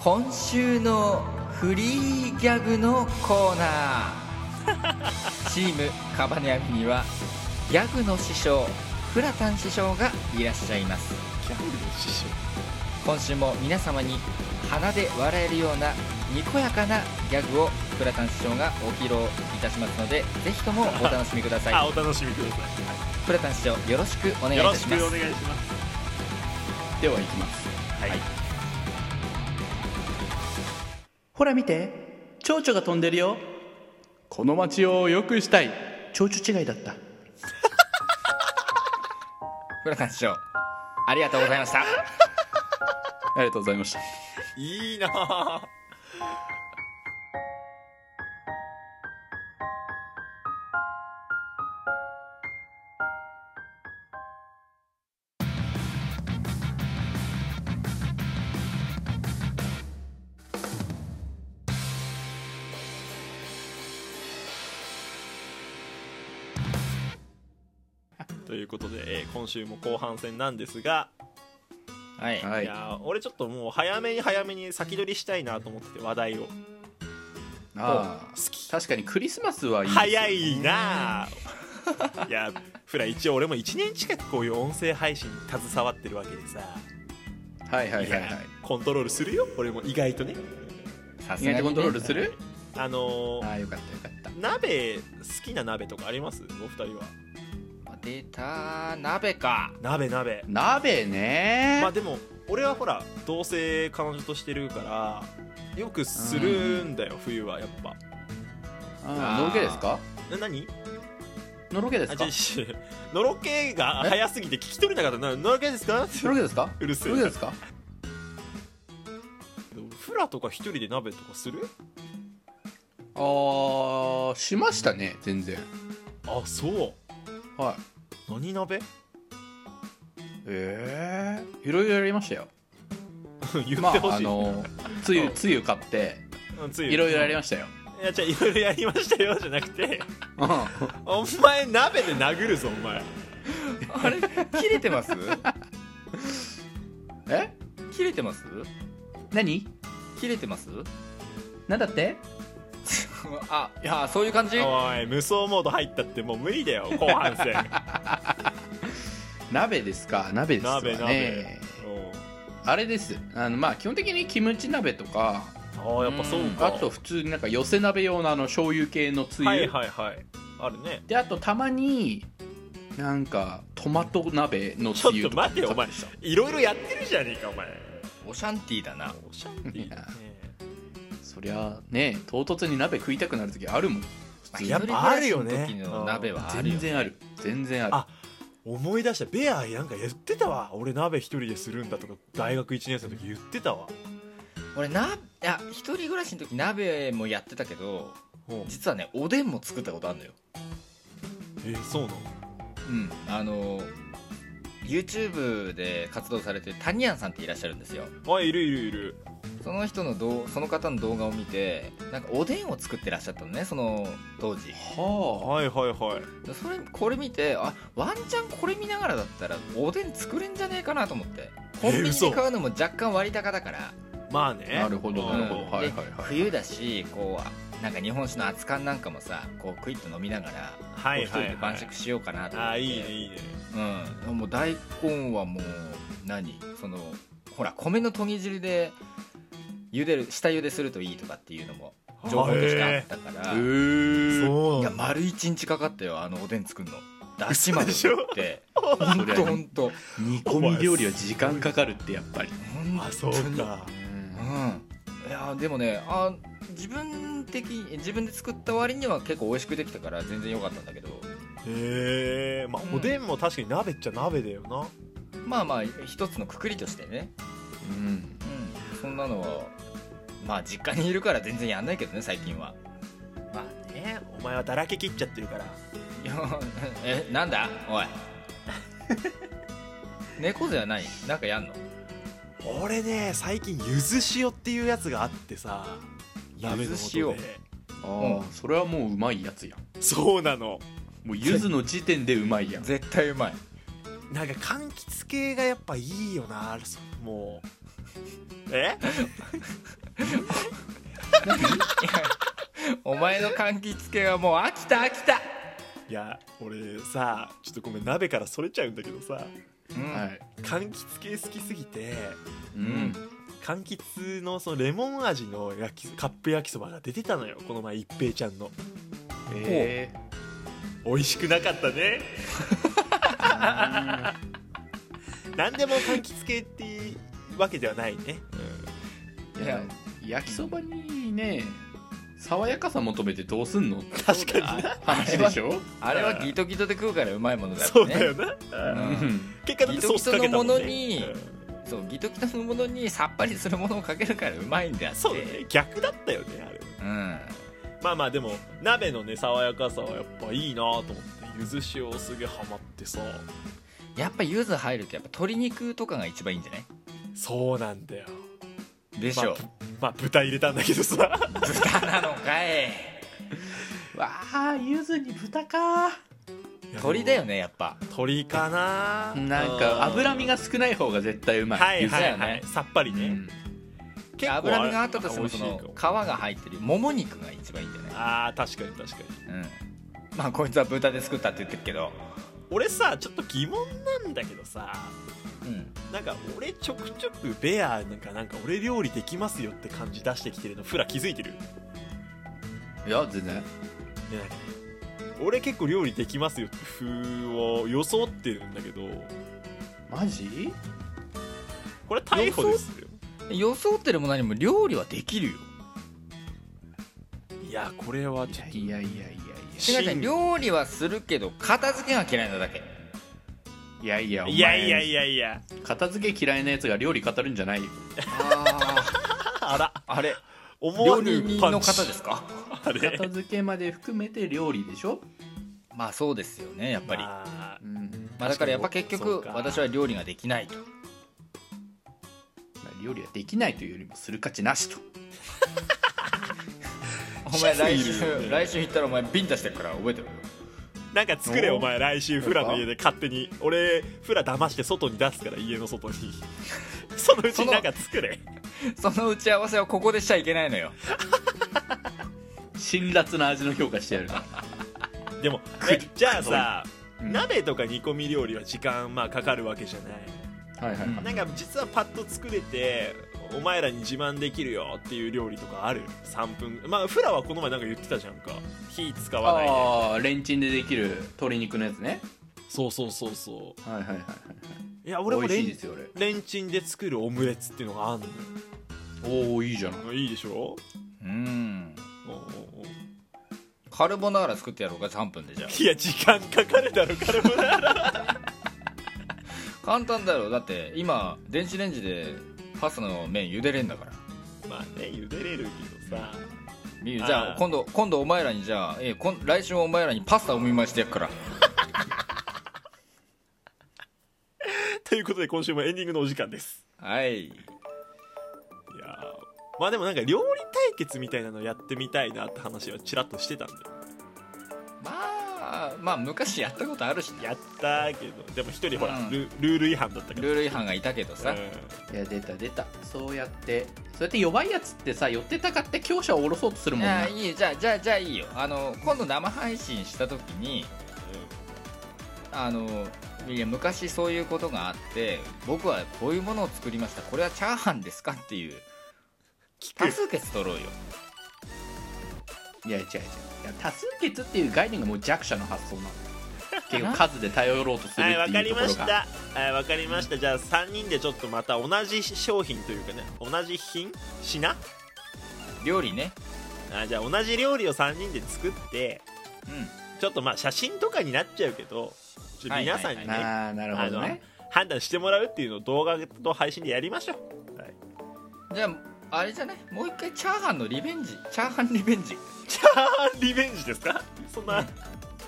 今週のフリーギャグのコーナーチームカバネアミにはギャグの師匠フラタン師匠がいらっしゃいますギャグの師匠今週も皆様に鼻で笑えるようなにこやかなギャグをフラタン師匠がご披露いたしますのでぜひともお楽しみくださ あいお楽しみくださフラタン師匠よろしくお願いいいよろたししくまおす願いしますではいきますはい、ほら見て蝶々が飛んでるよこの街を良くしたい蝶々違いだったフラタン師匠ありがとうございましたありがとうございました い、いなあということで、えー今週も後半戦なんですが、、はいはいいやー俺ちょっともう早めに早めに先取りしたいなと思ってて話題を好あーき確かにクリスマスはいいです早いなあいやフラ一応俺も1年近くこういう音声配信に携わってるわけでさ、はいはいはいはいいやコントロールするよ俺も意外とねさす意が外にとコントロールすねるあのーああよかったよかっ鍋好きな鍋とかありますお二人は出た鍋か鍋鍋た鍋ね、まあでも俺はほら同棲彼女としてるからよくするんだよ、冬はやっぱうんのろけですかな何のろけですあかじゃのあのろけが早すぎて聞き取れなかったなのろけですかろけですかうるせえのろけですかフラとか一人で鍋とかするあーしましたね全然あそうはい何鍋 ええいろいろやりましたよ言ってまほしい、ああのつゆつゆ 買ってうんつゆいろいろやりまししたよ、たいやじゃあいろいろやりましたよじゃなくて うん、お前鍋で殴るぞお前あれ切れてますえ切れてます何切れてますなんだってあいやそういう感じおい無双モード入ったってもう無理だよ後半 戦鍋ですか鍋ですか鍋ね鍋あれですあのまあ基本的にキムチ鍋とかうんああやっぱそうかあと普通になんか寄せ鍋用のあの醤油系のつゆ、はいはいはいあるねであとたまになんかトマト鍋のつゆとかちょっと待てよいろいろやってるじゃねえかお前オシャンティーだなおしゃんっていいねいやそりゃね唐突に鍋食いたくなる時あるもん普通にやっぱあるよね一人暮らしの時の鍋はあるよ全ね然ある全然あるあ思い出したベアなんか言ってたわ俺鍋一人でするんだとか大学1年生の時言ってたわ俺ないや一人暮らしの時鍋もやってたけどうん実はねおでんも作ったことあるのよえそうなのうんあの YouTube で活動されてるタニアンさんっていらっしゃるんですよあいるいるいるその人のどうその方の動画を見てなんかおでんを作ってらっしゃったのねその当時ははいはいはいそれこれ見てあワンチャンこれ見ながらだったらおでん作れんじゃねえかなと思ってコンビニで嘘買うのも若干割高だから、まああねなるほどうんなるほど、うんはいではいはい冬だしこうなんか日本酒の熱燗なんかもさこうクイッと飲みながらこはうい一人はい、では晩い酌、しようかなと思って、あいいねいいねうん、もう大根はもう何そのほら米のとぎ汁で茹でる下茹でするといいとかっていうのも情報としてあったから、へえそういやなんだ丸一日かかったよあのおでん作るのだしまで嘘でしょ取ってそ本りゃ当本当煮込み料理は時間かかるってやっぱりあそうかうんいやでもねあ自分的自分で作った割には結構美味しくできたから全然良かったんだけどへえまあうんおでんも確かに鍋っちゃ鍋だよなまあまあ一つのくくりとしてね、うんうん、そんなのはまあ実家にいるから全然やんないけどね最近は まあねお前はだらけ切っちゃってるからいやえなんだ おい猫背は何なんかやんの俺ね最近ゆず塩っていうやつがあってさ鍋のことでゆずああそれはもううまいやつやんそうなのもう柚子の時点でうまいやん絶対うまいなんか柑橘系がやっぱいいよなそもうえお前の柑橘系はもう飽きた飽きた、いや俺さちょっとごめん鍋からそれちゃうんだけどさうんはい柑橘系好きすぎてうん柑橘のそのレモン味の焼きカップ焼きそばが出てたのよこの前一平ちゃんのえ美味しくなかったね何でも柑橘系っていうわけではないねーいいやや焼きそばにね爽やかさ求めてどうすんのって確かにな話でしょあれはギトギトで食うからうまいものだそようねだよな、ううんん結果だってソースかけたもんねギトギトのものにそうギトギトのものにさっぱりするものをかけるからうまいんだっうてんそうだね逆だったよねあれうんまあまあでも鍋のね爽やかさはやっぱいいなと思ってゆず塩すげえハマってさやっぱ柚子入るとやっぱ鶏肉とかが一番いいんじゃないそうなんだよでしょまあ豚入れたんだけどさ豚なのかいわあゆずに豚か鶏だよねやっぱ 鶏かななんか脂身が少ない方が絶対うまい、はいゆずはだいよはいねさっぱりうね、ん結構れ脂身があったとしても美味そしいかの皮が入ってるもも肉が一番いいんじゃないあー確かに確かにうんまあこいつは豚で作ったって言ってるけど俺さちょっと疑問なんだけどさうんなんか俺ちょくちょくベアなんかなんか俺料理できますよって感じ出してきてるのフラ気づいてるねいや全然なんかね俺結構料理できますよって風を装ってるんだけどマジこれ逮捕ですよ装ってるも何も料理はできるよいやこれはちょっといやいやいやいや違う違う料理はするけど片付けが嫌いなだけいやいやお前いやいやいやいや片付け嫌いなやつが料理語るんじゃないよああらああれ思料わ理ぬ人パのンチ方ですかあれ片付けまで含めて料理でしょ、まあそうですよねやっぱり、まあまあうんだからやっぱ結そ局うか私は料理ができない とまあ料理はできないというよりもする価値なしとお前来シスいるよ週ね来週行ったらお前ビンタしてるから覚えてるなんか作れおお前来週フラの家で勝手に俺フラ騙して外に出すから家の外にそのうちになんか作れその打ち合わせはここでしちゃいけないのよ辛辣な味の評価してやるでもえじゃあさうん鍋とか煮込み料理は時間まあかかるわけじゃないはいはい、うんなんか実はパッと作れてお前らに自慢できるよっていう料理とかある3分まあフラはこの前なんか言ってたじゃんか火使わないでああレンチンでできる鶏肉のやつねそうそうそうそはいはいはいはういやい俺も美レ味しいンですよ俺レンチンで作るオムレツっていうのがあるおおいいじゃないのよいいでしょうんおうおうおうカルボナーラ作ってやろうか3分でじゃあいや時間かかるだろカルボナーラ簡単だろだって今電子レンジでパスタの麺茹でれんだからまあね茹でれるけどさみゆじゃああー今度今度お前らにじゃあ、えーこん来週お前らにパスタお見舞いしてやっからということで今週もエンディングのお時間ですはいいやーまあでもなんか料理対決みたいなのやってみたいなって話はちらっとしてたんでまあまあ昔やったことあるしやったーけどでも一人ほら、うんルルール違反だったからルール違反がいたけどさ、いや出た出たそうやってそうやって弱いやつってさ寄ってたかって強者を下ろそうとするもいんなやいいよじゃあじゃあじゃあいいよあの今度生配信した時にあのいや昔そういうことがあって僕はこういうものを作りましたこれはチャーハンですかっていう聞多く数決取ろうよいや違う違ういや多数決っていう概念がもう弱者の発想なの 結構数で頼ろうとするっはいわてかいうりところがましたはいわかりましたじゃあ3人でちょっとまた同じ商品というかね同じ品品料理ねあじゃあ同じ料理を3人で作ってうちょっとまあ写真とかになっちゃうけどちょっと皆さんにね、はいああなるほどね判断してもらうっていうのを動画と配信でやりましょう、 はい、んじゃああれじゃないもう一回チャーハンのリベンジチャーハンリベンジチャーハンリベンジですかそんな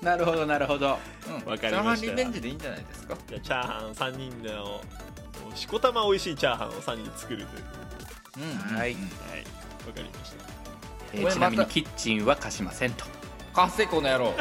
なるほどなるほどうんわかりましたチャーハンリベンジでいいんじゃないですかじゃあチャーハン3人のしこたま美味しいチャーハンを3人で作るといううんはいはいわかりましたえーこれちなみにまたキッチンは貸しませんと貸せこの野郎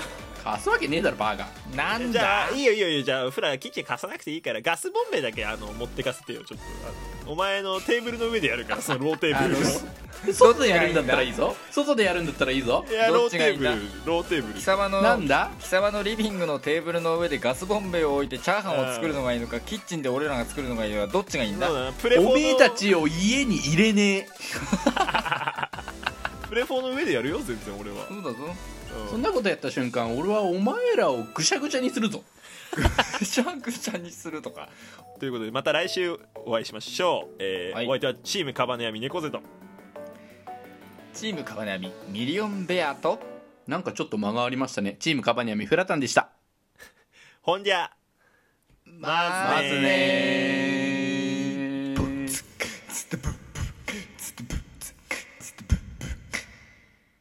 貸すわけねえだろバーガーなん じゃだあいいよいいよいいよじゃあフラキッチン貸さなくていいからガスボン ベだけあの持ってかせてよちょっとあのお前のテーブルの上でやるからそのローテーブルを外でやるんだったらいいぞ外でやるんだったらいいぞいやどロっーちがいテいーんブだルローテーブル貴様のなんだ貴様のリビングのテーブルの上でガスボンベを置いてチャーハンを作るのがいいのかキッチンで俺らが作るのがいいのかどっちがいいんだそうだなプレフォおめえたのちを家に入れねえプレフォの上でやるよ全然俺は、そうだぞ うんそんなことやった瞬間俺はお前らをぐしゃぐしゃにするぞシャンクちゃんにするとかということでまた来週お会いしましょう、えーはいお相手はチームカバネアミネコゼとチームカバネアミミリオンベアとなんかちょっと間がありましたねチームカバニアミフラタンでしたほんじゃまずねずねー